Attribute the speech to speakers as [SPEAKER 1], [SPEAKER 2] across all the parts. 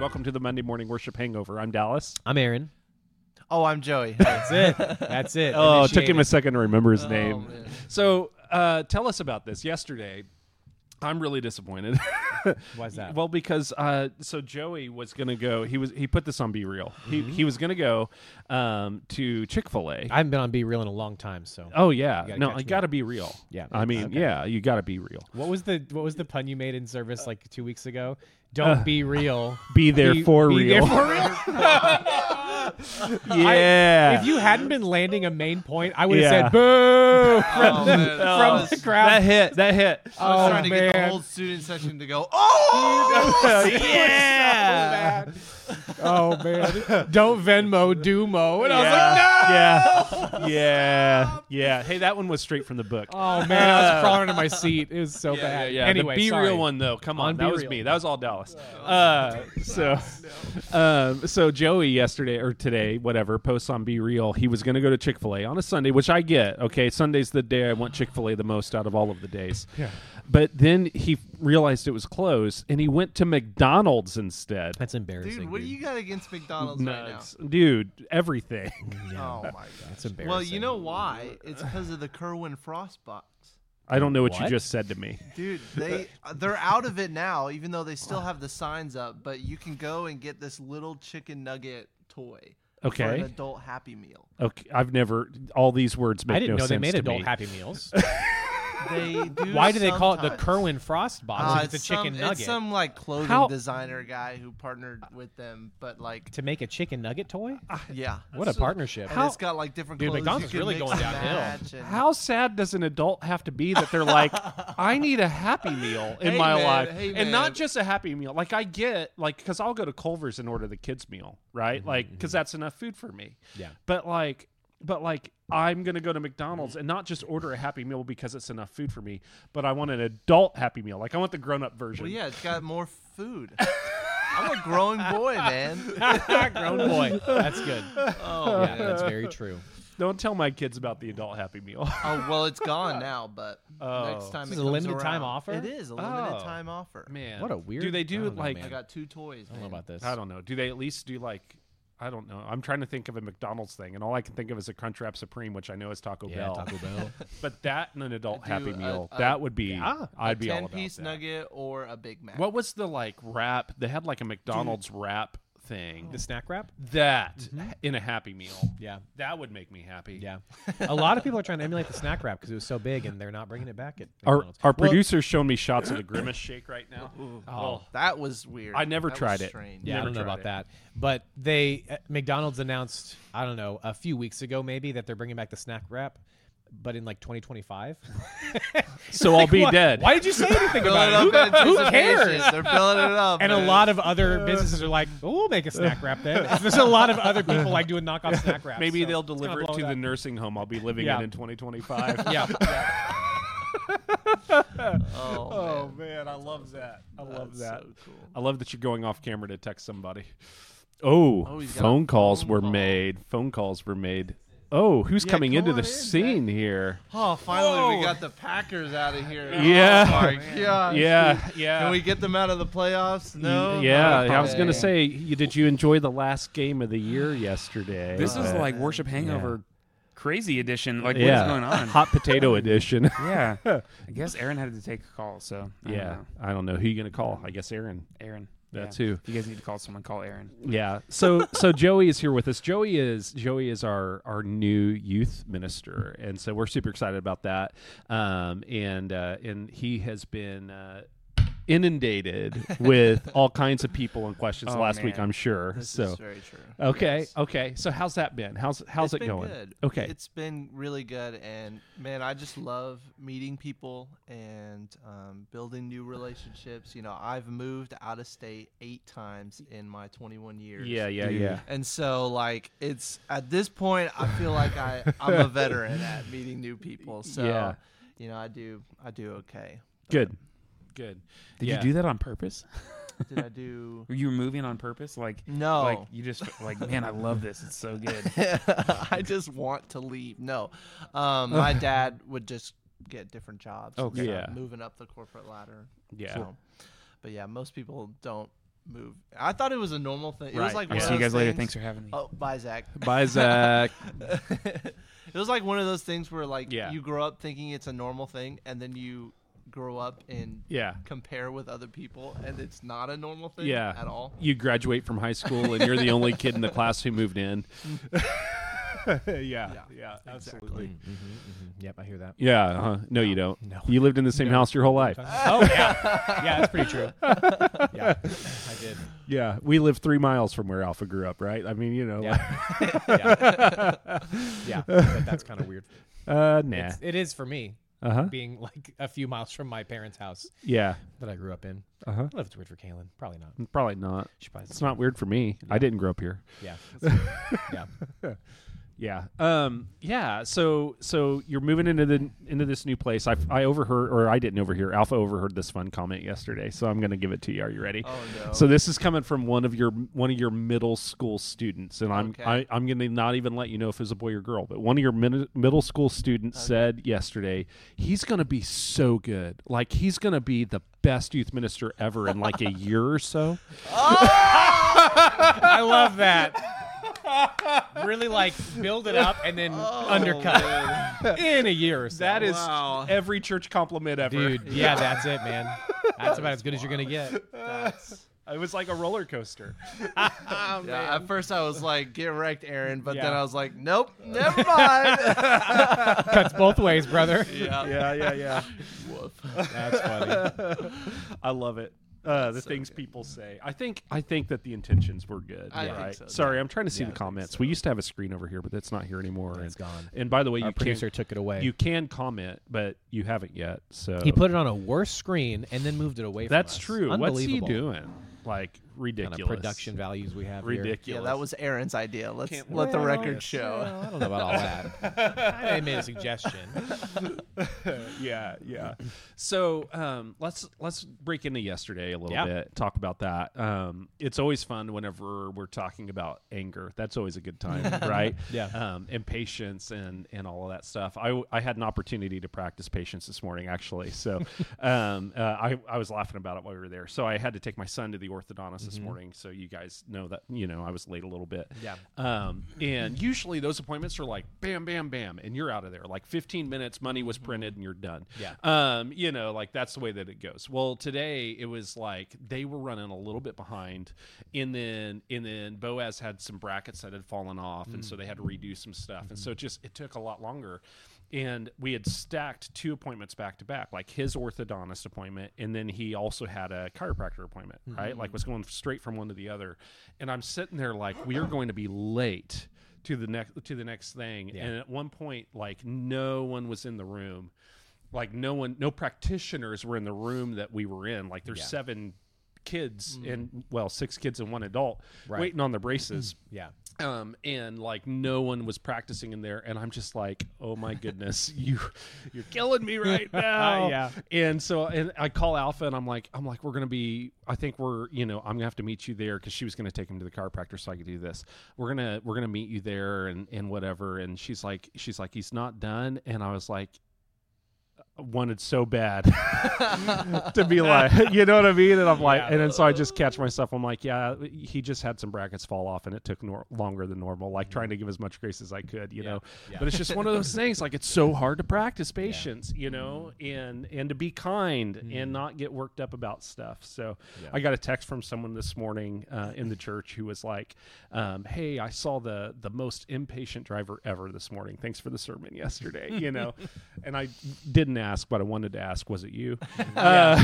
[SPEAKER 1] Welcome to the Monday Morning Worship Hangover. I'm Dallas.
[SPEAKER 2] I'm Aaron.
[SPEAKER 3] Oh, I'm Joey.
[SPEAKER 2] That's it. That's it.
[SPEAKER 1] Oh, it
[SPEAKER 2] Initiate
[SPEAKER 1] took him a second to remember his name.
[SPEAKER 3] man.
[SPEAKER 1] Oh, So uh, tell us about this. Yesterday, I'm really disappointed.
[SPEAKER 2] Why's that?
[SPEAKER 1] Well, because uh, so Joey was gonna go. He was he put this on Be Real. He he was gonna go um, to Chick Fil A.
[SPEAKER 2] Mm-hmm. I haven't been on Be Real in a long time, so.
[SPEAKER 1] Oh yeah,
[SPEAKER 2] gotta
[SPEAKER 1] no,
[SPEAKER 2] catch
[SPEAKER 1] I
[SPEAKER 2] me
[SPEAKER 1] gotta be real.
[SPEAKER 2] Yeah.
[SPEAKER 1] I mean,
[SPEAKER 2] Okay.
[SPEAKER 1] yeah, you gotta be real.
[SPEAKER 2] What was the what was the pun you made in service like two weeks ago? Don't be real.
[SPEAKER 1] Be there for
[SPEAKER 2] be there
[SPEAKER 1] real.
[SPEAKER 2] for real.
[SPEAKER 1] yeah.
[SPEAKER 2] if you hadn't been landing a main point, I would have
[SPEAKER 1] Yeah.
[SPEAKER 2] said boo from,
[SPEAKER 3] Oh,
[SPEAKER 2] the,
[SPEAKER 3] man.
[SPEAKER 2] from
[SPEAKER 3] That
[SPEAKER 2] the
[SPEAKER 3] was-
[SPEAKER 2] crowd.
[SPEAKER 1] that hit. That hit.
[SPEAKER 3] I was
[SPEAKER 2] Oh,
[SPEAKER 3] trying to get the
[SPEAKER 2] man.
[SPEAKER 3] whole student section to go, oh!
[SPEAKER 2] yeah. oh man. Don't Venmo, Dumo. And I was like,
[SPEAKER 1] yeah. Yeah. Yeah. Yeah. Hey, that one was straight from the book.
[SPEAKER 2] Oh man, I was crawling under my seat. It was so
[SPEAKER 1] Yeah,
[SPEAKER 2] bad.
[SPEAKER 1] yeah, yeah.
[SPEAKER 2] Anyway,
[SPEAKER 1] the be
[SPEAKER 2] sorry.
[SPEAKER 1] real one though. Come on,
[SPEAKER 2] On
[SPEAKER 1] that
[SPEAKER 2] Be
[SPEAKER 1] was
[SPEAKER 2] Real.
[SPEAKER 1] me. That was all Dallas. Uh, so, um, so Joey yesterday or today, whatever, posts on Be Real. He was going to go to Chick Fil A on a Sunday, which I get. Okay, Sunday's the day I want Chick Fil A the most out of all of the days. Yeah. But then he realized it was closed, and he went to McDonald's instead.
[SPEAKER 2] That's embarrassing.
[SPEAKER 3] Dude, what do you got against McDonald's
[SPEAKER 1] Nuts. dude, everything.
[SPEAKER 3] right now? Oh, my
[SPEAKER 2] That's
[SPEAKER 3] God.
[SPEAKER 2] embarrassing.
[SPEAKER 3] Well, you know why? It's because of the Kerwin Frost box.
[SPEAKER 1] I don't know what, you
[SPEAKER 2] What?
[SPEAKER 1] just said to me.
[SPEAKER 3] Dude, they uh, they're out of it now, even though they still have the signs up. But you can go and get this little chicken nugget toy for an
[SPEAKER 1] Okay,
[SPEAKER 3] adult Happy Meal.
[SPEAKER 1] okay. I've never. All these words make
[SPEAKER 2] I didn't
[SPEAKER 1] no
[SPEAKER 2] know they
[SPEAKER 1] sense
[SPEAKER 2] made
[SPEAKER 1] to
[SPEAKER 2] adult
[SPEAKER 1] me.
[SPEAKER 2] Happy Meals.
[SPEAKER 3] They do.
[SPEAKER 2] Why do they call it the
[SPEAKER 3] sometimes.
[SPEAKER 2] Kerwin Frost box?
[SPEAKER 3] Uh,
[SPEAKER 2] if it's a chicken
[SPEAKER 3] some,
[SPEAKER 2] nugget
[SPEAKER 3] It's some like clothing
[SPEAKER 1] How-
[SPEAKER 3] designer guy who partnered with them, but like,
[SPEAKER 2] to make a chicken nugget toy.
[SPEAKER 1] Ah,
[SPEAKER 3] yeah.
[SPEAKER 2] What a
[SPEAKER 3] So-
[SPEAKER 2] partnership!
[SPEAKER 3] And it's got like different.
[SPEAKER 2] Dude,
[SPEAKER 3] clothes you
[SPEAKER 2] McDonald's
[SPEAKER 3] can
[SPEAKER 2] really
[SPEAKER 3] mix
[SPEAKER 2] going
[SPEAKER 3] and
[SPEAKER 2] downhill.
[SPEAKER 3] match and-
[SPEAKER 1] How sad does an adult have to be that they're like, I need a happy meal in
[SPEAKER 3] Hey,
[SPEAKER 1] my
[SPEAKER 3] man,
[SPEAKER 1] life,
[SPEAKER 3] hey,
[SPEAKER 1] and not
[SPEAKER 3] man.
[SPEAKER 1] just a happy meal. Like I get like because I'll go to Culver's and order the kids meal, right? Like because that's enough food for me.
[SPEAKER 2] Yeah.
[SPEAKER 1] But like, but like I'm gonna go to McDonald's and not just order a happy meal because it's enough food for me, but I want an adult happy meal. Like I want the grown up version.
[SPEAKER 3] Well, yeah, it's got more food. I'm a growing boy, man.
[SPEAKER 2] Grown boy, that's good.
[SPEAKER 3] Oh,
[SPEAKER 2] Yeah, that's very true.
[SPEAKER 1] Don't tell my kids about the adult happy meal.
[SPEAKER 3] oh well, it's gone now, but
[SPEAKER 1] Oh.
[SPEAKER 3] next time
[SPEAKER 2] This
[SPEAKER 3] it
[SPEAKER 2] is a
[SPEAKER 3] comes
[SPEAKER 2] limited time
[SPEAKER 3] around-
[SPEAKER 2] offer?
[SPEAKER 3] It is a limited
[SPEAKER 1] Oh.
[SPEAKER 3] time offer.
[SPEAKER 1] Man,
[SPEAKER 2] What a weird-
[SPEAKER 1] Do they
[SPEAKER 2] I
[SPEAKER 1] do
[SPEAKER 2] don't know,
[SPEAKER 1] like?
[SPEAKER 2] man.
[SPEAKER 3] I got two toys.
[SPEAKER 2] I don't know about this.
[SPEAKER 1] I don't know. Do they at least do like I don't know. I'm trying to think of a McDonald's thing, and all I can think of is a Crunchwrap Supreme, which I know is Taco
[SPEAKER 2] Yeah,
[SPEAKER 1] Bell.
[SPEAKER 2] Taco Bell.
[SPEAKER 1] But that and an adult
[SPEAKER 3] Do
[SPEAKER 1] Happy
[SPEAKER 3] a-
[SPEAKER 1] Meal,
[SPEAKER 3] a-
[SPEAKER 1] that would be. I'd be all
[SPEAKER 3] ten
[SPEAKER 1] about
[SPEAKER 3] piece
[SPEAKER 1] that.
[SPEAKER 3] nugget or a Big Mac.
[SPEAKER 1] What was the like wrap? They had like a McDonald's wrap thing.
[SPEAKER 2] the snack wrap.
[SPEAKER 1] That in a Happy Meal.
[SPEAKER 2] Yeah,
[SPEAKER 1] That would make me happy.
[SPEAKER 2] yeah. A lot of people are trying to emulate the snack wrap because it was so big, and they're not bringing it back at
[SPEAKER 1] Our
[SPEAKER 2] McDonald's.
[SPEAKER 1] our
[SPEAKER 2] Well,
[SPEAKER 1] producer's showing me shots of the Grimace Shake right now. Oh,
[SPEAKER 3] That was weird.
[SPEAKER 1] I never
[SPEAKER 3] That was
[SPEAKER 1] tried it.
[SPEAKER 3] strange.
[SPEAKER 2] Yeah, I
[SPEAKER 1] Never
[SPEAKER 2] don't know
[SPEAKER 1] tried
[SPEAKER 2] about
[SPEAKER 1] it.
[SPEAKER 2] that. But they uh, McDonald's announced, I don't know, a few weeks ago maybe that they're bringing back the snack wrap, but in like 2025.
[SPEAKER 1] so I'll be
[SPEAKER 2] Why-
[SPEAKER 1] dead.
[SPEAKER 2] Why did you say anything
[SPEAKER 3] Filling
[SPEAKER 2] about
[SPEAKER 3] it
[SPEAKER 2] it?
[SPEAKER 3] up
[SPEAKER 2] Who,
[SPEAKER 3] in
[SPEAKER 2] who cares?
[SPEAKER 3] anticipation. They're filling it up.
[SPEAKER 2] And a
[SPEAKER 3] man.
[SPEAKER 2] lot of other businesses are like, oh, we'll make a snack wrap then. There's a lot of other people like doing knockoff snack wraps.
[SPEAKER 1] Maybe
[SPEAKER 2] so
[SPEAKER 1] they'll
[SPEAKER 2] it's kinda
[SPEAKER 1] deliver it
[SPEAKER 2] blowing
[SPEAKER 1] to the
[SPEAKER 2] up.
[SPEAKER 1] nursing home I'll be living
[SPEAKER 2] Yeah.
[SPEAKER 1] in in 2025.
[SPEAKER 2] yeah.
[SPEAKER 3] Oh,
[SPEAKER 1] Oh
[SPEAKER 3] man.
[SPEAKER 1] man, I love that. I love
[SPEAKER 3] That's
[SPEAKER 1] that.
[SPEAKER 3] so cool.
[SPEAKER 1] I love that you're going off camera to text somebody. Oh,
[SPEAKER 3] Oh, he's got a
[SPEAKER 1] phone calls
[SPEAKER 3] phone
[SPEAKER 1] were
[SPEAKER 3] call.
[SPEAKER 1] made. Phone calals were made. Oh, who's
[SPEAKER 3] Yeah,
[SPEAKER 1] coming
[SPEAKER 3] come
[SPEAKER 1] into the
[SPEAKER 3] on in,
[SPEAKER 1] scene here?
[SPEAKER 3] Oh, finally
[SPEAKER 1] Whoa.
[SPEAKER 3] we got the Packers out of here.
[SPEAKER 1] Yeah.
[SPEAKER 3] Oh, my gosh, dude.
[SPEAKER 1] Yeah, yeah.
[SPEAKER 3] Can we get them out of the playoffs? No.
[SPEAKER 1] yeah,
[SPEAKER 3] Not
[SPEAKER 1] I was gonna
[SPEAKER 3] okay.
[SPEAKER 1] say, you, did you enjoy the last game of the year yesterday?
[SPEAKER 4] This is
[SPEAKER 1] Uh,
[SPEAKER 4] like worship hangover crazy edition. Like
[SPEAKER 1] yeah,
[SPEAKER 4] what is going on?
[SPEAKER 1] hot potato edition.
[SPEAKER 4] yeah. I guess Aaron had to take a call, so I don't
[SPEAKER 1] yeah,
[SPEAKER 4] know.
[SPEAKER 1] I don't know who you gonna call. I guess Aaron.
[SPEAKER 4] Aaron.
[SPEAKER 1] That's
[SPEAKER 4] yeah.
[SPEAKER 1] who.
[SPEAKER 4] If you guys need to call someone, call Aaron.
[SPEAKER 1] Yeah. So so Joey is here with us. Joey is Joey is our our new youth minister, and so we're super excited about that. Um, and uh, and he has been. Uh, inundated with all kinds of people and questions
[SPEAKER 4] Oh,
[SPEAKER 1] last week
[SPEAKER 4] man.
[SPEAKER 1] i'm sure
[SPEAKER 3] This
[SPEAKER 1] so
[SPEAKER 3] is very true.
[SPEAKER 1] okay
[SPEAKER 3] Yes.
[SPEAKER 1] okay so how's that been how's how's
[SPEAKER 3] It's
[SPEAKER 1] it
[SPEAKER 3] been
[SPEAKER 1] going
[SPEAKER 3] Good.
[SPEAKER 1] okay
[SPEAKER 3] It's been really good, and man, I just love meeting people and um, building new relationships. You know, I've moved out of state eight times in my 21 years.
[SPEAKER 1] yeah yeah
[SPEAKER 4] Dude.
[SPEAKER 1] yeah
[SPEAKER 3] And so, like, it's at this point, I feel like I I'm a veteran at meeting new people. So,
[SPEAKER 1] Yeah.
[SPEAKER 3] you know, I do I do okay.
[SPEAKER 1] good good
[SPEAKER 4] Did
[SPEAKER 1] Yeah.
[SPEAKER 4] you do that on purpose?
[SPEAKER 3] Did I do?
[SPEAKER 4] Were you moving on purpose? Like
[SPEAKER 3] No.
[SPEAKER 4] Like you just like man, I love this. It's so good.
[SPEAKER 3] I just want to leave. No, um, my dad would just get different jobs. and
[SPEAKER 4] Okay.
[SPEAKER 3] stuff,
[SPEAKER 1] Yeah.
[SPEAKER 3] moving up the corporate ladder.
[SPEAKER 1] yeah
[SPEAKER 3] So, but yeah, most people don't move. I thought it was a normal thing. It was like one
[SPEAKER 4] I'll
[SPEAKER 3] of
[SPEAKER 4] see you
[SPEAKER 3] those
[SPEAKER 4] guys later.
[SPEAKER 3] things-
[SPEAKER 4] Thanks for having me.
[SPEAKER 3] Oh, bye, Zach.
[SPEAKER 1] Bye, Zach.
[SPEAKER 3] it was like one of those things where like
[SPEAKER 1] Yeah.
[SPEAKER 3] you grow up thinking it's a normal thing, and then you grow up and
[SPEAKER 1] yeah.
[SPEAKER 3] compare with other people, and it's not a normal thing
[SPEAKER 1] Yeah.
[SPEAKER 3] at all.
[SPEAKER 1] You graduate from high school and you're the only kid in the class who moved in. yeah, yeah. Absolutely.
[SPEAKER 2] Yep, I hear that.
[SPEAKER 1] Yeah. Uh-huh. No, you don't.
[SPEAKER 2] No.
[SPEAKER 1] You lived in the same house your whole life.
[SPEAKER 2] Oh yeah, yeah, that's pretty true. Yeah, I did.
[SPEAKER 1] Yeah. We lived three miles from where Alpha grew up, right? I mean, you know. like-
[SPEAKER 2] Yeah, yeah. yeah but that's kind of weird.
[SPEAKER 1] Uh, nah.
[SPEAKER 2] It's, it is for me
[SPEAKER 1] Uh huh.
[SPEAKER 2] being like a few miles from my parents' house
[SPEAKER 1] Yeah.
[SPEAKER 2] that I grew up in.
[SPEAKER 1] Uh huh.
[SPEAKER 2] I don't know if it's weird for Kaylin. Probably not.
[SPEAKER 1] Probably not.
[SPEAKER 2] She probably
[SPEAKER 1] It's not weird for me. I didn't grow up here.
[SPEAKER 2] Yeah, yeah.
[SPEAKER 1] Yeah. Um. Yeah. So so you're moving into the into this new place. I I overheard or I didn't overhear. Alpha overheard this fun comment yesterday. So I'm gonna give it to you. Are you ready?
[SPEAKER 3] Oh no.
[SPEAKER 1] So this is coming from one of your one of your middle school students, and I'm
[SPEAKER 3] Okay.
[SPEAKER 1] I, I'm going to not even let you know if it's a boy or girl, but one of your mid- middle school students said yesterday he's going to be so good, like he's going to be the best youth minister ever in like a year or so.
[SPEAKER 2] I love that. Really like build it up and then
[SPEAKER 1] Oh,
[SPEAKER 3] Oh,
[SPEAKER 2] undercut in a year or so.
[SPEAKER 1] That is
[SPEAKER 3] Wow.
[SPEAKER 1] every church compliment ever.
[SPEAKER 2] dude. Yeah, that's it, man. That's about as good as you're gonna get.
[SPEAKER 3] That's-
[SPEAKER 1] It was like a roller coaster.
[SPEAKER 3] yeah, at first I was like, "Get wrecked, Aaron," but then
[SPEAKER 1] Yeah.
[SPEAKER 3] I was like, "Nope, never mind."
[SPEAKER 2] Cuts both ways, brother.
[SPEAKER 3] yeah.
[SPEAKER 1] yeah, yeah, yeah.
[SPEAKER 2] That's funny.
[SPEAKER 1] I love it. Uh, the
[SPEAKER 3] so
[SPEAKER 1] things people say. I think I think that the intentions were good.
[SPEAKER 3] I
[SPEAKER 1] Yeah.
[SPEAKER 3] think
[SPEAKER 1] right?
[SPEAKER 3] so,
[SPEAKER 1] Sorry, I'm trying to see
[SPEAKER 3] Yeah, I
[SPEAKER 1] the
[SPEAKER 3] think
[SPEAKER 1] comments.
[SPEAKER 3] so.
[SPEAKER 1] We used to have a screen over here, but that's not here anymore. And,
[SPEAKER 2] It's gone.
[SPEAKER 1] and by the way,
[SPEAKER 2] Our
[SPEAKER 1] you
[SPEAKER 2] producer
[SPEAKER 1] can
[SPEAKER 2] took it away.
[SPEAKER 1] you can comment, but you haven't yet. So
[SPEAKER 2] he put it on a worse screen and then moved it away. From
[SPEAKER 1] that's
[SPEAKER 2] us.
[SPEAKER 1] true. What's he
[SPEAKER 2] Unbelievable.
[SPEAKER 1] doing? Like
[SPEAKER 2] Kind of
[SPEAKER 1] ridiculous
[SPEAKER 2] production values we have here.
[SPEAKER 1] Ridiculous.
[SPEAKER 3] Yeah, that was Aaron's idea. Let's
[SPEAKER 1] Can't
[SPEAKER 3] let the
[SPEAKER 2] Well,
[SPEAKER 3] record show.
[SPEAKER 2] well, I don't know about all that. I made a suggestion.
[SPEAKER 1] yeah, yeah. So um, let's let's break into yesterday a little
[SPEAKER 2] Yeah.
[SPEAKER 1] bit, talk about that. Um, it's always fun whenever we're talking about anger. That's always a good time, right?
[SPEAKER 2] Yeah.
[SPEAKER 1] Um, and patience and and all of that stuff. I I had an opportunity to practice patience this morning actually. So um, uh, I I was laughing about it while we were there. So I had to take my son to the orthodontist this morning. So you guys know that you know I was late a little bit.
[SPEAKER 2] Mm-hmm. Yeah.
[SPEAKER 1] Um, and usually those appointments are like bam, bam, bam, and you're out of there. Like 15 minutes, money was printed, and you're done.
[SPEAKER 2] Yeah.
[SPEAKER 1] Um, you know, like that's the way that it goes. Well, today it was like they were running a little bit behind, and then and then Boaz had some brackets that had fallen off, and so they had to redo some stuff, and so it just it took a lot longer. And we had stacked two appointments back to back, like his orthodontist appointment, and then he also had a chiropractor appointment, right? Like was going straight from one to the other. And I'm sitting there like, we are going to be late to the next to the next thing.
[SPEAKER 2] Yeah.
[SPEAKER 1] And at one point, like no one was in the room. Like no one no practitioners were in the room that we were in. Like there's
[SPEAKER 2] Yeah. Mm.
[SPEAKER 1] seven kids and well, six kids and one adult
[SPEAKER 2] Right.
[SPEAKER 1] waiting on the braces
[SPEAKER 2] Yeah.
[SPEAKER 1] um and like no one was practicing in there and i'm just like oh my goodness you you're killing me right now
[SPEAKER 2] Yeah.
[SPEAKER 1] and so and i call alpha and i'm like i'm like we're gonna be i think we're you know i'm gonna have to meet you there because she was gonna take him to the chiropractor so i could do this we're gonna we're gonna meet you there and and whatever and she's like she's like he's not done and i was like I wanted so bad to be like, you know what I mean? And I'm like,
[SPEAKER 2] Yeah.
[SPEAKER 1] and then so I just catch myself. I'm like, yeah, he just had some brackets fall off, and it took nor- longer than normal. Like trying to give as much grace as I could, you
[SPEAKER 2] Mm-hmm. Yeah.
[SPEAKER 1] know.
[SPEAKER 2] Yeah.
[SPEAKER 1] But it's just one of those things. Like it's so hard to practice patience, you know,
[SPEAKER 2] Mm-hmm.
[SPEAKER 1] and and to be kind and not get worked up about stuff. So
[SPEAKER 2] Yeah.
[SPEAKER 1] I got a text from someone this morning uh, in the church who was like, um, "Hey, I saw the the most impatient driver ever this morning. Thanks for the sermon yesterday, you know." and I didn't ask, but I wanted to ask, was it you? Uh,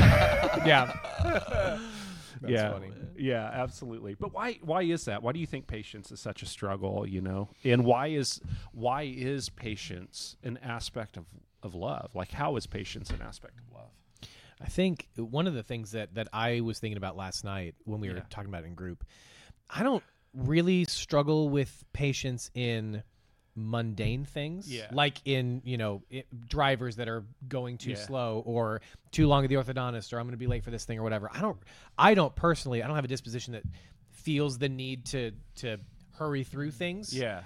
[SPEAKER 2] Yeah. That's
[SPEAKER 1] yeah,
[SPEAKER 2] funny.
[SPEAKER 1] yeah, absolutely. But why? Why is that? Why do you think patience is such a struggle? You know, and why is why is patience an aspect of of love? Like, how is patience an aspect of love?
[SPEAKER 2] I think one of the things that that I was thinking about last night when we were
[SPEAKER 1] Yeah.
[SPEAKER 2] talking about it in group, I don't really struggle with patience in mundane things
[SPEAKER 1] Yeah.
[SPEAKER 2] like in you know it, drivers that are going too
[SPEAKER 1] Yeah.
[SPEAKER 2] slow or too long at the orthodontist or i'm going to be late for this thing or whatever i don't i don't personally i don't have a disposition that feels the need to to hurry through things
[SPEAKER 1] Yeah,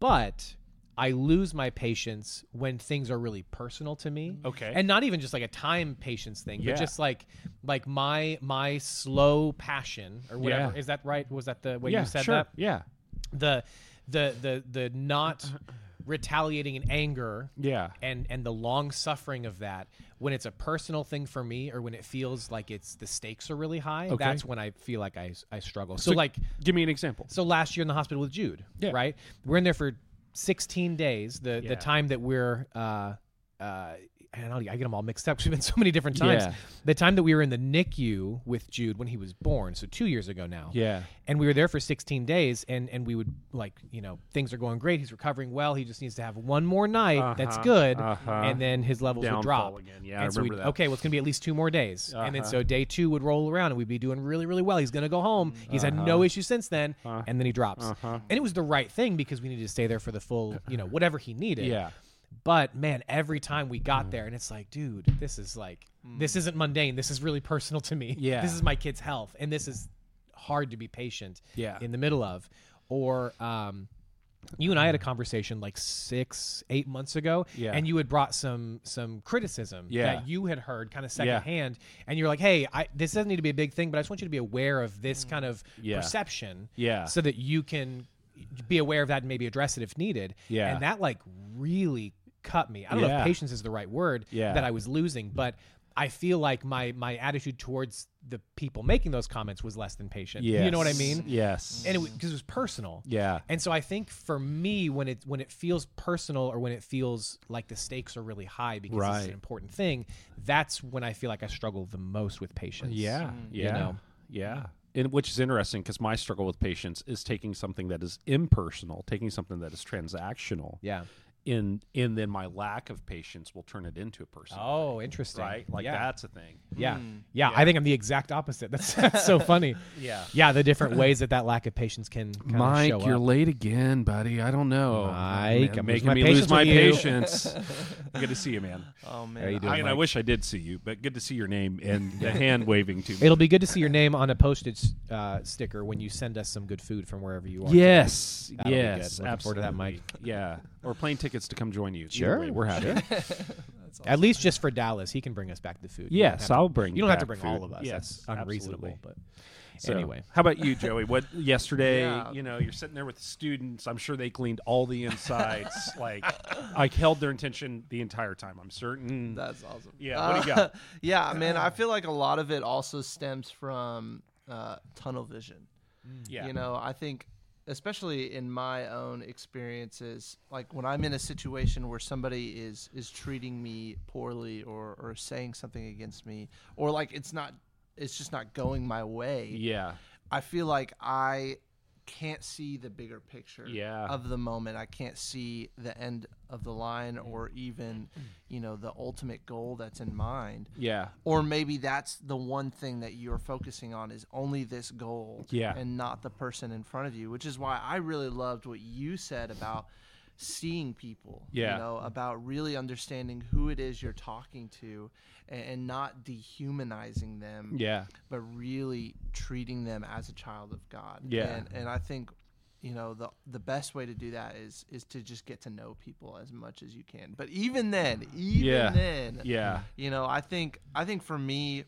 [SPEAKER 2] but I lose my patience when things are really personal to me.
[SPEAKER 1] Okay.
[SPEAKER 2] And not even just like a time patience thing,
[SPEAKER 1] Yeah.
[SPEAKER 2] but just like like my my slow passion or whatever.
[SPEAKER 1] Yeah.
[SPEAKER 2] Is that right? Was that the way
[SPEAKER 1] yeah,
[SPEAKER 2] you said
[SPEAKER 1] sure.
[SPEAKER 2] that?
[SPEAKER 1] Yeah.
[SPEAKER 2] The the the the not retaliating in anger
[SPEAKER 1] Yeah.
[SPEAKER 2] and and the long suffering of that when it's a personal thing for me or when it feels like it's the stakes are really high
[SPEAKER 1] Okay.
[SPEAKER 2] that's when i feel like i i struggle so, like
[SPEAKER 1] give me an example.
[SPEAKER 2] so last year in the hospital with jude
[SPEAKER 1] Yeah.
[SPEAKER 2] right we're in there for 16 days the
[SPEAKER 1] Yeah.
[SPEAKER 2] the time that we're uh uh, I don't know. I get them all mixed up 'cause we've been so many different times.
[SPEAKER 1] Yeah.
[SPEAKER 2] The time that we were in the NICU with Jude when he was born, so two years ago now
[SPEAKER 1] Yeah.
[SPEAKER 2] and we were there for 16 days and and we would like you know things are going great he's recovering well he just needs to have one more night that's
[SPEAKER 1] Uh-huh,
[SPEAKER 2] good
[SPEAKER 1] uh-huh.
[SPEAKER 2] and then his levels
[SPEAKER 1] Downfall
[SPEAKER 2] would drop
[SPEAKER 1] again. Yeah, I
[SPEAKER 2] and so we'd-
[SPEAKER 1] remember that.
[SPEAKER 2] okay well it's gonna be at least two more days and then
[SPEAKER 1] Uh-huh.
[SPEAKER 2] so day two would roll around and we'd be doing really really well he's gonna go home he's had
[SPEAKER 1] Uh-huh.
[SPEAKER 2] no issues since then and then he drops and it was the right thing because we needed to stay there for the full you know whatever he needed
[SPEAKER 1] Yeah.
[SPEAKER 2] but man every time we
[SPEAKER 1] Mm.
[SPEAKER 2] got there and it's like dude this is like this isn't mundane this is really personal to me
[SPEAKER 1] Yeah.
[SPEAKER 2] this is my kid's health and this is hard to be patient
[SPEAKER 1] Yeah.
[SPEAKER 2] in the middle of or um you and I had a conversation like six, eight months ago,
[SPEAKER 1] Yeah.
[SPEAKER 2] and you had brought some some criticism
[SPEAKER 1] Yeah.
[SPEAKER 2] that you had heard kind of secondhand, and you're like, "Hey, I, this doesn't need to be a big thing, but I just want you to be aware of this kind of
[SPEAKER 1] Mm. Yeah.
[SPEAKER 2] perception,
[SPEAKER 1] Yeah.
[SPEAKER 2] so that you can be aware of that and maybe address it if needed."
[SPEAKER 1] Yeah.
[SPEAKER 2] and that like really cut me. I don't know
[SPEAKER 1] Yeah.
[SPEAKER 2] if patience is the right word
[SPEAKER 1] Yeah.
[SPEAKER 2] that I was losing, but I feel like my my attitude towards the people making those comments was less than patient.
[SPEAKER 1] Yes.
[SPEAKER 2] You know what I mean?
[SPEAKER 1] Yes.
[SPEAKER 2] And it because it was personal.
[SPEAKER 1] yeah.
[SPEAKER 2] And so I think for me, when it when it feels personal or when it feels like the stakes are really high because it's
[SPEAKER 1] Right.
[SPEAKER 2] an important thing, that's when I feel like I struggle the most with patience.
[SPEAKER 1] Yeah, yeah,
[SPEAKER 2] know?
[SPEAKER 1] yeah. And which is interesting because my struggle with patience is taking something that is impersonal, taking something that is transactional.
[SPEAKER 2] Yeah.
[SPEAKER 1] In and then my lack of patience will turn it into a person.
[SPEAKER 2] Oh, interesting.
[SPEAKER 1] right, like
[SPEAKER 2] yeah.
[SPEAKER 1] that's a thing.
[SPEAKER 2] Yeah.
[SPEAKER 1] Hmm.
[SPEAKER 2] yeah. I think I'm the exact opposite. That's, that's so funny.
[SPEAKER 1] Yeah.
[SPEAKER 2] Yeah. The different ways that that lack of patience can kind of show up.
[SPEAKER 1] late again, buddy. I don't know.
[SPEAKER 2] Mike, I'm losing
[SPEAKER 1] making
[SPEAKER 2] my
[SPEAKER 1] me
[SPEAKER 2] patience
[SPEAKER 1] lose my
[SPEAKER 2] with you.
[SPEAKER 1] patience. good to see you, man.
[SPEAKER 3] Oh man,
[SPEAKER 2] How you
[SPEAKER 3] I-
[SPEAKER 2] doing,
[SPEAKER 1] I, and I
[SPEAKER 2] Mike?
[SPEAKER 1] wish I did see you, but good to see your name and the hand waving to me.
[SPEAKER 2] It'll be good to see your name on a postage uh, sticker when you send us some good food from wherever you are.
[SPEAKER 1] Yes,
[SPEAKER 2] That'll be
[SPEAKER 1] yes,
[SPEAKER 2] good. Looking forward to that, Mike.
[SPEAKER 1] absolutely. Yeah, or plane tickets to come join you. Either
[SPEAKER 2] Sure,
[SPEAKER 1] way, we're happy.
[SPEAKER 2] At least just for Dallas, he can bring us back the food. You don't
[SPEAKER 1] Yes,
[SPEAKER 2] have to-
[SPEAKER 1] I'll bring.
[SPEAKER 2] You don't have to
[SPEAKER 1] back
[SPEAKER 2] bring all
[SPEAKER 1] food.
[SPEAKER 2] of us.
[SPEAKER 1] Yes,
[SPEAKER 2] That's unreasonable.
[SPEAKER 1] absolutely.
[SPEAKER 2] But
[SPEAKER 1] So,
[SPEAKER 2] anyway,
[SPEAKER 1] how about you, Joey? What yesterday?
[SPEAKER 3] Yeah.
[SPEAKER 1] You know, you're sitting there with the students. I'm sure they cleaned all the insides. like, I held their intention the entire time. I'm certain.
[SPEAKER 3] That's awesome.
[SPEAKER 1] Yeah, what do you
[SPEAKER 3] Uh,
[SPEAKER 1] got?
[SPEAKER 3] yeah, man, I feel like a lot of it also stems from uh, tunnel vision.
[SPEAKER 1] yeah,
[SPEAKER 3] You know, I think, especially in my own experiences, like when I'm in a situation where somebody is is treating me poorly or or saying something against me, or like it's not, it's just not going my way.
[SPEAKER 1] yeah,
[SPEAKER 3] I feel like I can't see the bigger picture
[SPEAKER 1] Yeah.
[SPEAKER 3] of the moment. I can't see the end of the line or
[SPEAKER 1] Mm.
[SPEAKER 3] even, you know, the ultimate goal that's in mind.
[SPEAKER 1] yeah,
[SPEAKER 3] Or maybe that's the one thing that you're focusing on is only this goal
[SPEAKER 1] Yeah.
[SPEAKER 3] and not the person in front of you, which is why I really loved what you said about seeing people,
[SPEAKER 1] Yeah.
[SPEAKER 3] you know, about really understanding who it is you're talking to and, and not dehumanizing them
[SPEAKER 1] yeah,
[SPEAKER 3] but really treating them as a child of God.
[SPEAKER 1] Yeah.
[SPEAKER 3] And, and I think, you know, the the best way to do that is is to just get to know people as much as you can. But even then, even
[SPEAKER 1] Yeah.
[SPEAKER 3] then,
[SPEAKER 1] yeah,
[SPEAKER 3] you know, I think I think for me,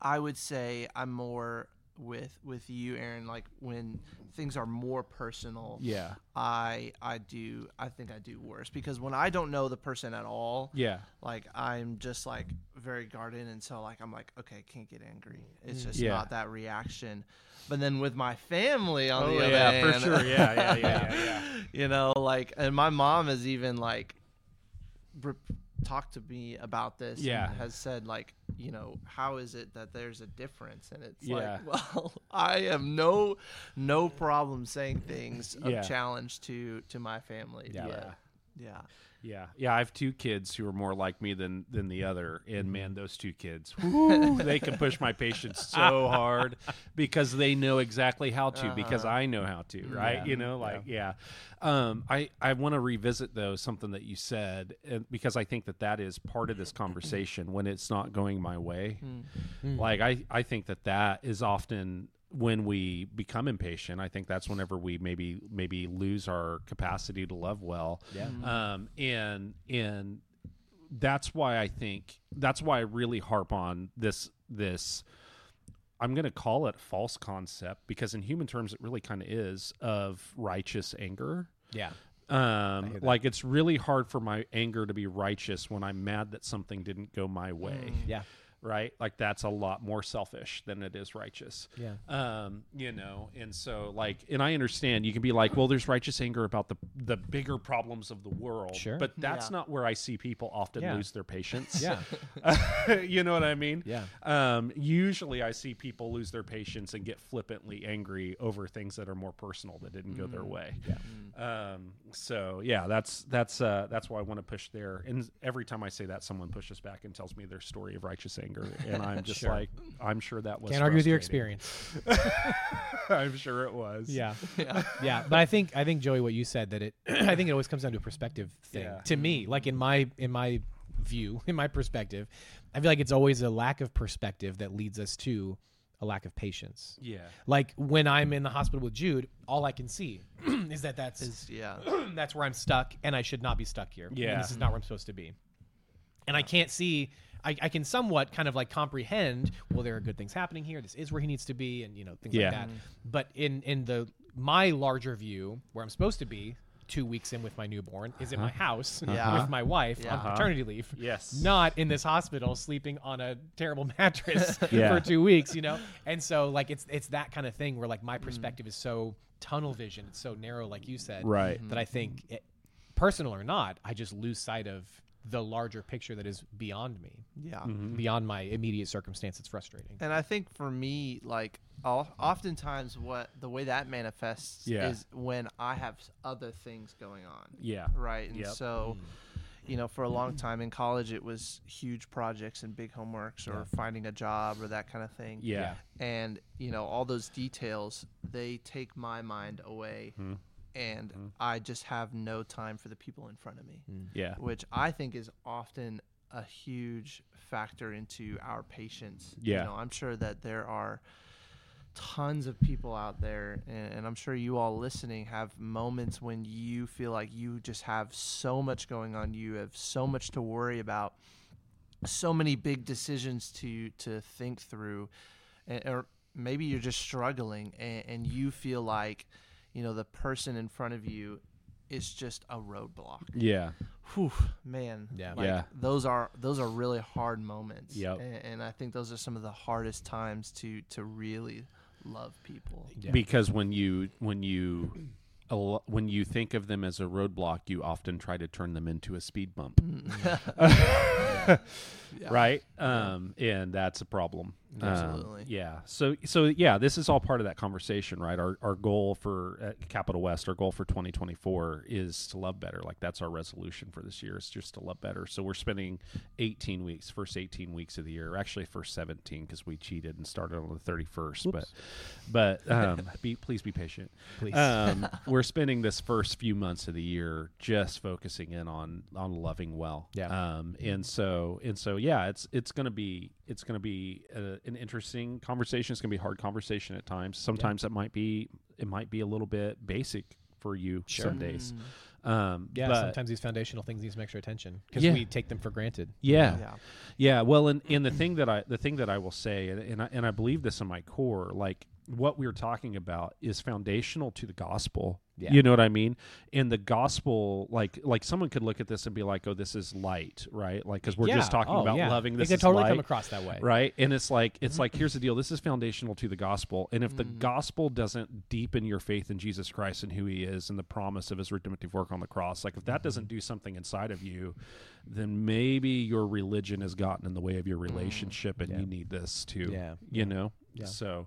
[SPEAKER 3] I would say I'm more with with you, Aaron. Like when things are more personal,
[SPEAKER 1] yeah,
[SPEAKER 3] I I do I think I do worse because when I don't know the person at all,
[SPEAKER 1] yeah,
[SPEAKER 3] like I'm just like very guarded and so like I'm like okay can't get angry it's just
[SPEAKER 1] Mm. Yeah.
[SPEAKER 3] not that reaction but then with my family on
[SPEAKER 1] Oh,
[SPEAKER 3] the other
[SPEAKER 1] yeah, for
[SPEAKER 3] hand,
[SPEAKER 1] sure. Yeah, yeah, yeah, yeah, yeah.
[SPEAKER 3] you know like and my mom has even like re- talked to me about this and
[SPEAKER 1] Yeah.
[SPEAKER 3] has said like you know how is it that there's a difference and it's
[SPEAKER 1] Yeah.
[SPEAKER 3] like well I have no no problem saying things of
[SPEAKER 1] Yeah.
[SPEAKER 3] challenge to to my family
[SPEAKER 1] Yeah.
[SPEAKER 3] but, yeah
[SPEAKER 1] Yeah, yeah. I have two kids who are more like me than than the other, and man, those two kids, whoo, they can push my patience so hard because they know exactly how to. Because I know how to, right? You know, like Uh-huh. Mm-hmm. yeah. Um, I I want to revisit though something that you said, and because I think that that is part of this Mm. conversation when it's not going my way. Like I I think that that is often when we become impatient, I think that's whenever we maybe maybe lose our capacity to love well.
[SPEAKER 2] Yeah.
[SPEAKER 1] Um, and and that's why I think that's why I really harp on this this I'm going to call it false concept because in human terms it really kind of is of righteous anger.
[SPEAKER 2] Yeah.
[SPEAKER 1] Um, like it's really hard for my anger to be righteous when I'm mad that something didn't go my way.
[SPEAKER 2] Yeah.
[SPEAKER 1] Right? Like that's a lot more selfish than it is righteous.
[SPEAKER 2] Yeah.
[SPEAKER 1] Um, you know, and so like and I understand you can be like, well, there's righteous anger about the the bigger problems of the world.
[SPEAKER 2] Sure.
[SPEAKER 1] But that's
[SPEAKER 3] Yeah.
[SPEAKER 1] not where I see people often
[SPEAKER 2] Yeah.
[SPEAKER 1] lose their patience.
[SPEAKER 2] Yeah.
[SPEAKER 1] you know what I mean?
[SPEAKER 2] Yeah.
[SPEAKER 1] Um, usually I see people lose their patience and get flippantly angry over things that are more personal that didn't go their
[SPEAKER 2] Mm,
[SPEAKER 1] way. Um, so yeah, that's that's uh, that's why I want to push there. And every time I say that, someone pushes back and tells me their story of righteous anger, and I'm just
[SPEAKER 2] Sure.
[SPEAKER 1] like, I'm sure that was.
[SPEAKER 2] Can't argue with your
[SPEAKER 1] frustrating.
[SPEAKER 2] experience.
[SPEAKER 1] I'm sure it was.
[SPEAKER 2] Yeah.
[SPEAKER 3] Yeah.
[SPEAKER 2] yeah but i think i think joey what you said that it i think it always comes down to a perspective thing
[SPEAKER 1] Yeah.
[SPEAKER 2] to me like in my in my view in my perspective i feel like it's always a lack of perspective that leads us to a lack of patience
[SPEAKER 1] Yeah.
[SPEAKER 2] like when i'm in the hospital with jude all i can see is that that's
[SPEAKER 3] Is- yeah.
[SPEAKER 2] that's where i'm stuck and i should not be stuck here And
[SPEAKER 1] Yeah.
[SPEAKER 2] this is not where i'm supposed to be and i can't see I, I can somewhat kind of like comprehend well there are good things happening here this is where he needs to be and you know things
[SPEAKER 1] Yeah.
[SPEAKER 2] like that but in in the my larger view where i'm supposed to be two weeks in with my newborn is in my house
[SPEAKER 3] Yeah.
[SPEAKER 2] with my wife
[SPEAKER 3] Yeah.
[SPEAKER 2] on
[SPEAKER 3] Uh-huh.
[SPEAKER 2] paternity leave
[SPEAKER 1] Uh-huh. Yes.
[SPEAKER 2] not in this hospital sleeping on a terrible mattress
[SPEAKER 1] Yeah.
[SPEAKER 2] for two weeks you know and so like it's it's that kind of thing where like
[SPEAKER 1] Mm.
[SPEAKER 2] my perspective is so tunnel vision it's so narrow like you said
[SPEAKER 1] Right.
[SPEAKER 2] that i think it, personal or not i just lose sight of the larger picture that is beyond me
[SPEAKER 3] Yeah.
[SPEAKER 1] Mm-hmm.
[SPEAKER 2] beyond my immediate circumstance it's frustrating
[SPEAKER 3] And I think for me, like, o- oftentimes what the way that manifests
[SPEAKER 1] Yeah.
[SPEAKER 3] is when I have s- other things going on.
[SPEAKER 1] Yeah.
[SPEAKER 3] Right. And
[SPEAKER 1] Yep.
[SPEAKER 3] so, you know, for a long time in college, it was huge projects and big homeworks or finding a job or that kind of thing.
[SPEAKER 1] Yeah.
[SPEAKER 3] And, you know, all those details, they take my mind away.
[SPEAKER 1] Hmm.
[SPEAKER 3] And I just have no time for the people in front of me
[SPEAKER 1] Yeah.
[SPEAKER 3] which I think is often a huge factor into our patients.
[SPEAKER 1] Yeah.
[SPEAKER 3] You know, I'm sure that there are tons of people out there, and, and I'm sure you all listening have moments when you feel like you just have so much going on, you have so much to worry about, so many big decisions to to think through, and, or maybe you're just struggling, and, and you feel like, you know, the person in front of you is just a roadblock.
[SPEAKER 1] Yeah.
[SPEAKER 3] Whew, man.
[SPEAKER 2] Yeah.
[SPEAKER 3] Like,
[SPEAKER 1] Yeah.
[SPEAKER 3] Those are those are really hard moments.
[SPEAKER 1] Yep.
[SPEAKER 3] A- And, I think those are some of the hardest times to to really love people.
[SPEAKER 2] Yeah.
[SPEAKER 1] because when you when you al- when you think of them as a roadblock you often try to turn them into a speed bump right um and that's a problem Um,
[SPEAKER 3] Absolutely.
[SPEAKER 1] yeah so so yeah this is all part of that conversation right our our goal for at capital west our goal for 2024 is to love better like that's our resolution for this year is just to love better so we're spending 18 weeks first 18 weeks of the year actually first 17 because we cheated and started on the 31st but but um be please be patient
[SPEAKER 2] Please.
[SPEAKER 1] um, we're spending this first few months of the year just focusing in on on loving well.
[SPEAKER 2] Yeah.
[SPEAKER 1] Um, and so and so yeah, it's it's gonna be it's gonna be uh an interesting conversation. It's gonna be a hard conversation at times. Sometimes it might be it might be a little bit basic for you some days. Um,
[SPEAKER 2] Mm. yeah
[SPEAKER 1] but-
[SPEAKER 2] sometimes these foundational things need some extra attention because
[SPEAKER 1] Yeah.
[SPEAKER 2] we take them for granted
[SPEAKER 1] yeah.
[SPEAKER 3] Yeah.
[SPEAKER 1] Yeah, well, and, and the thing that I the thing that I will say, and, and I and I believe this in my core, like what we're talking about is foundational to the gospel.
[SPEAKER 2] Yeah.
[SPEAKER 1] You know what I mean? And the gospel, like like someone could look at this and be like, "Oh, this is light," right? Like because we're
[SPEAKER 2] Yeah.
[SPEAKER 1] just talking
[SPEAKER 2] Oh,
[SPEAKER 1] about
[SPEAKER 2] yeah.
[SPEAKER 1] loving. This
[SPEAKER 2] it could
[SPEAKER 1] is
[SPEAKER 2] totally
[SPEAKER 1] light
[SPEAKER 2] come across that way
[SPEAKER 1] right and it's like
[SPEAKER 2] Mm-hmm.
[SPEAKER 1] it's like here's the deal this is foundational to the gospel and if the gospel doesn't deepen your faith in jesus christ and who he is and the promise of his redemptive work on the cross like if that doesn't
[SPEAKER 2] Mm-hmm.
[SPEAKER 1] do something inside of you then maybe your religion has gotten in the way of your relationship and you need this too
[SPEAKER 2] Mm-hmm. Yeah.
[SPEAKER 1] you know so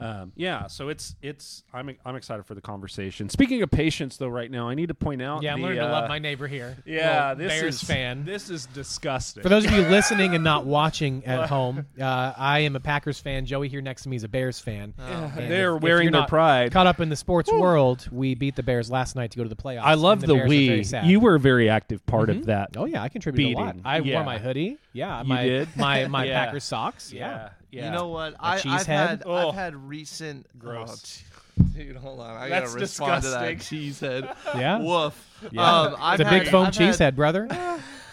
[SPEAKER 1] um, yeah so it's it's i'm i'm excited for the conversation speaking of patience though right now i need to point out
[SPEAKER 2] yeah i'm
[SPEAKER 1] the,
[SPEAKER 2] learning to
[SPEAKER 1] uh,
[SPEAKER 2] love my neighbor here
[SPEAKER 1] yeah
[SPEAKER 2] Little
[SPEAKER 1] this
[SPEAKER 2] bears
[SPEAKER 1] is
[SPEAKER 2] fan
[SPEAKER 1] this is disgusting
[SPEAKER 2] For those of you listening and not watching at home, uh, I am a Packers fan. Joey here next to me is a Bears fan.
[SPEAKER 1] Uh,
[SPEAKER 2] And
[SPEAKER 1] They're
[SPEAKER 2] if- if
[SPEAKER 1] wearing
[SPEAKER 2] you're
[SPEAKER 1] their
[SPEAKER 2] not
[SPEAKER 1] pride.
[SPEAKER 2] Caught up in the sports world, we beat the Bears last night to go to the playoffs.
[SPEAKER 1] I love
[SPEAKER 2] and
[SPEAKER 1] the,
[SPEAKER 2] Bears are very
[SPEAKER 1] we.
[SPEAKER 2] sad.
[SPEAKER 1] You were a very active part of that.
[SPEAKER 2] Oh yeah, I contributed a lot.
[SPEAKER 1] beating.
[SPEAKER 2] I
[SPEAKER 1] Yeah.
[SPEAKER 2] wore my hoodie. Yeah,
[SPEAKER 1] You
[SPEAKER 2] my
[SPEAKER 1] did?
[SPEAKER 2] my my
[SPEAKER 1] Yeah.
[SPEAKER 2] Packers socks. Yeah.
[SPEAKER 1] yeah.
[SPEAKER 3] You know what? I, I've
[SPEAKER 2] cheese head?
[SPEAKER 3] had
[SPEAKER 1] Oh.
[SPEAKER 3] I've had recent oh,
[SPEAKER 1] Gross.
[SPEAKER 3] dude, hold on. I
[SPEAKER 1] That's
[SPEAKER 3] gotta respond
[SPEAKER 1] disgusting.
[SPEAKER 3] to that cheesehead.
[SPEAKER 2] Yeah.
[SPEAKER 3] Woof.
[SPEAKER 2] Yeah.
[SPEAKER 3] Um,
[SPEAKER 2] It's
[SPEAKER 3] I've
[SPEAKER 2] a
[SPEAKER 3] had,
[SPEAKER 2] big foam
[SPEAKER 3] I've
[SPEAKER 2] cheese
[SPEAKER 3] had,
[SPEAKER 2] head, brother.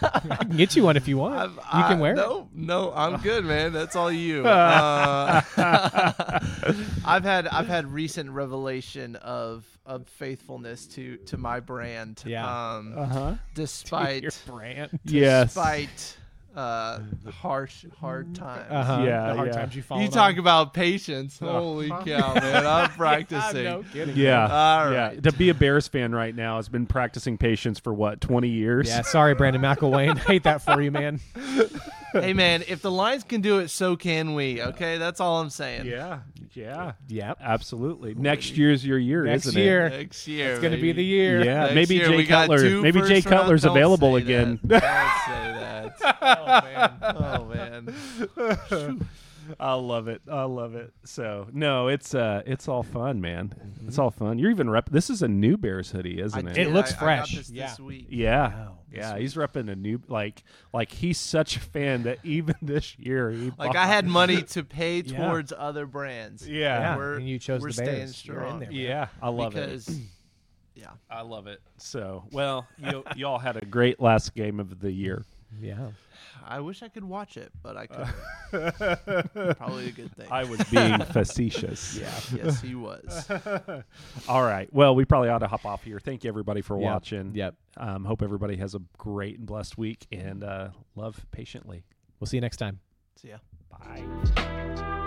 [SPEAKER 2] I can get you one if you want.
[SPEAKER 3] I've-
[SPEAKER 2] you
[SPEAKER 3] I-
[SPEAKER 2] can wear it. Oh.
[SPEAKER 3] No, no, I'm good, man. That's all you. Uh, I've had I've had recent revelation of of faithfulness to to my brand.
[SPEAKER 2] Yeah.
[SPEAKER 3] Um,
[SPEAKER 1] Uh-huh.
[SPEAKER 3] despite
[SPEAKER 2] Your brand.
[SPEAKER 1] Yes.
[SPEAKER 3] despite uh, harsh hard times.
[SPEAKER 2] Uh-huh.
[SPEAKER 1] Yeah,
[SPEAKER 2] The hard
[SPEAKER 1] yeah.
[SPEAKER 2] times you fall.
[SPEAKER 3] You talk about patience. Holy cow, man! I'm practicing.
[SPEAKER 2] No kidding.
[SPEAKER 1] Yeah.
[SPEAKER 3] All
[SPEAKER 1] yeah.
[SPEAKER 3] right.
[SPEAKER 1] To be a Bears fan right now has been practicing patience for what, 20 years?
[SPEAKER 2] Yeah. Sorry, Brandon McElwain. hate that for you, man.
[SPEAKER 3] hey, man, if the Lions can do it, so can we. Okay, that's all I'm saying.
[SPEAKER 1] Yeah. Yeah.
[SPEAKER 2] Yep.
[SPEAKER 1] Absolutely. Next year's your year,
[SPEAKER 2] Next
[SPEAKER 1] isn't
[SPEAKER 2] year.
[SPEAKER 3] Next year,
[SPEAKER 2] It's gonna be the
[SPEAKER 3] baby.
[SPEAKER 2] year.
[SPEAKER 1] it? Yeah.
[SPEAKER 3] Next
[SPEAKER 1] maybe
[SPEAKER 3] year
[SPEAKER 1] Jay
[SPEAKER 3] we got
[SPEAKER 1] Cutler.
[SPEAKER 3] two
[SPEAKER 1] Maybe Jay
[SPEAKER 3] first round-
[SPEAKER 1] Cutler's
[SPEAKER 3] Don't
[SPEAKER 1] available
[SPEAKER 3] say
[SPEAKER 1] again.
[SPEAKER 3] that. Don't say that. oh man.
[SPEAKER 1] I love it. I love it. So no, it's uh, it's all fun, man.
[SPEAKER 2] Mm-hmm.
[SPEAKER 1] It's all fun. You're even rep. This is a new Bears hoodie,
[SPEAKER 3] I
[SPEAKER 1] isn't it?
[SPEAKER 3] did.
[SPEAKER 2] It looks
[SPEAKER 3] I- I got
[SPEAKER 2] fresh.
[SPEAKER 3] this
[SPEAKER 2] Yeah.
[SPEAKER 3] This week.
[SPEAKER 1] Yeah.
[SPEAKER 2] Wow.
[SPEAKER 1] Yeah, he's repping a new like like he's such a fan that even this year he
[SPEAKER 3] Like
[SPEAKER 1] bought-
[SPEAKER 3] I had money to pay
[SPEAKER 2] Yeah.
[SPEAKER 3] towards other brands.
[SPEAKER 1] Yeah.
[SPEAKER 2] Yeah,
[SPEAKER 3] we're,
[SPEAKER 2] and you chose
[SPEAKER 3] we're
[SPEAKER 2] the Bears.
[SPEAKER 3] staying
[SPEAKER 2] You're in
[SPEAKER 3] strong.
[SPEAKER 2] there.
[SPEAKER 1] yeah, I love it.
[SPEAKER 3] because yeah,
[SPEAKER 1] I love it. So, well, you y'all had a great last game of the year.
[SPEAKER 2] Yeah.
[SPEAKER 3] I wish I could watch it, but I couldn't. Probably a good thing.
[SPEAKER 1] I was being facetious.
[SPEAKER 3] yeah, yes, he was.
[SPEAKER 1] All right. Well, we probably ought to hop off here. Thank you everybody for
[SPEAKER 2] Yep.
[SPEAKER 1] watching.
[SPEAKER 2] Yep.
[SPEAKER 1] Um, hope everybody has a great and blessed week and uh, love patiently.
[SPEAKER 2] We'll see you next time.
[SPEAKER 3] So yeah.
[SPEAKER 1] Bye.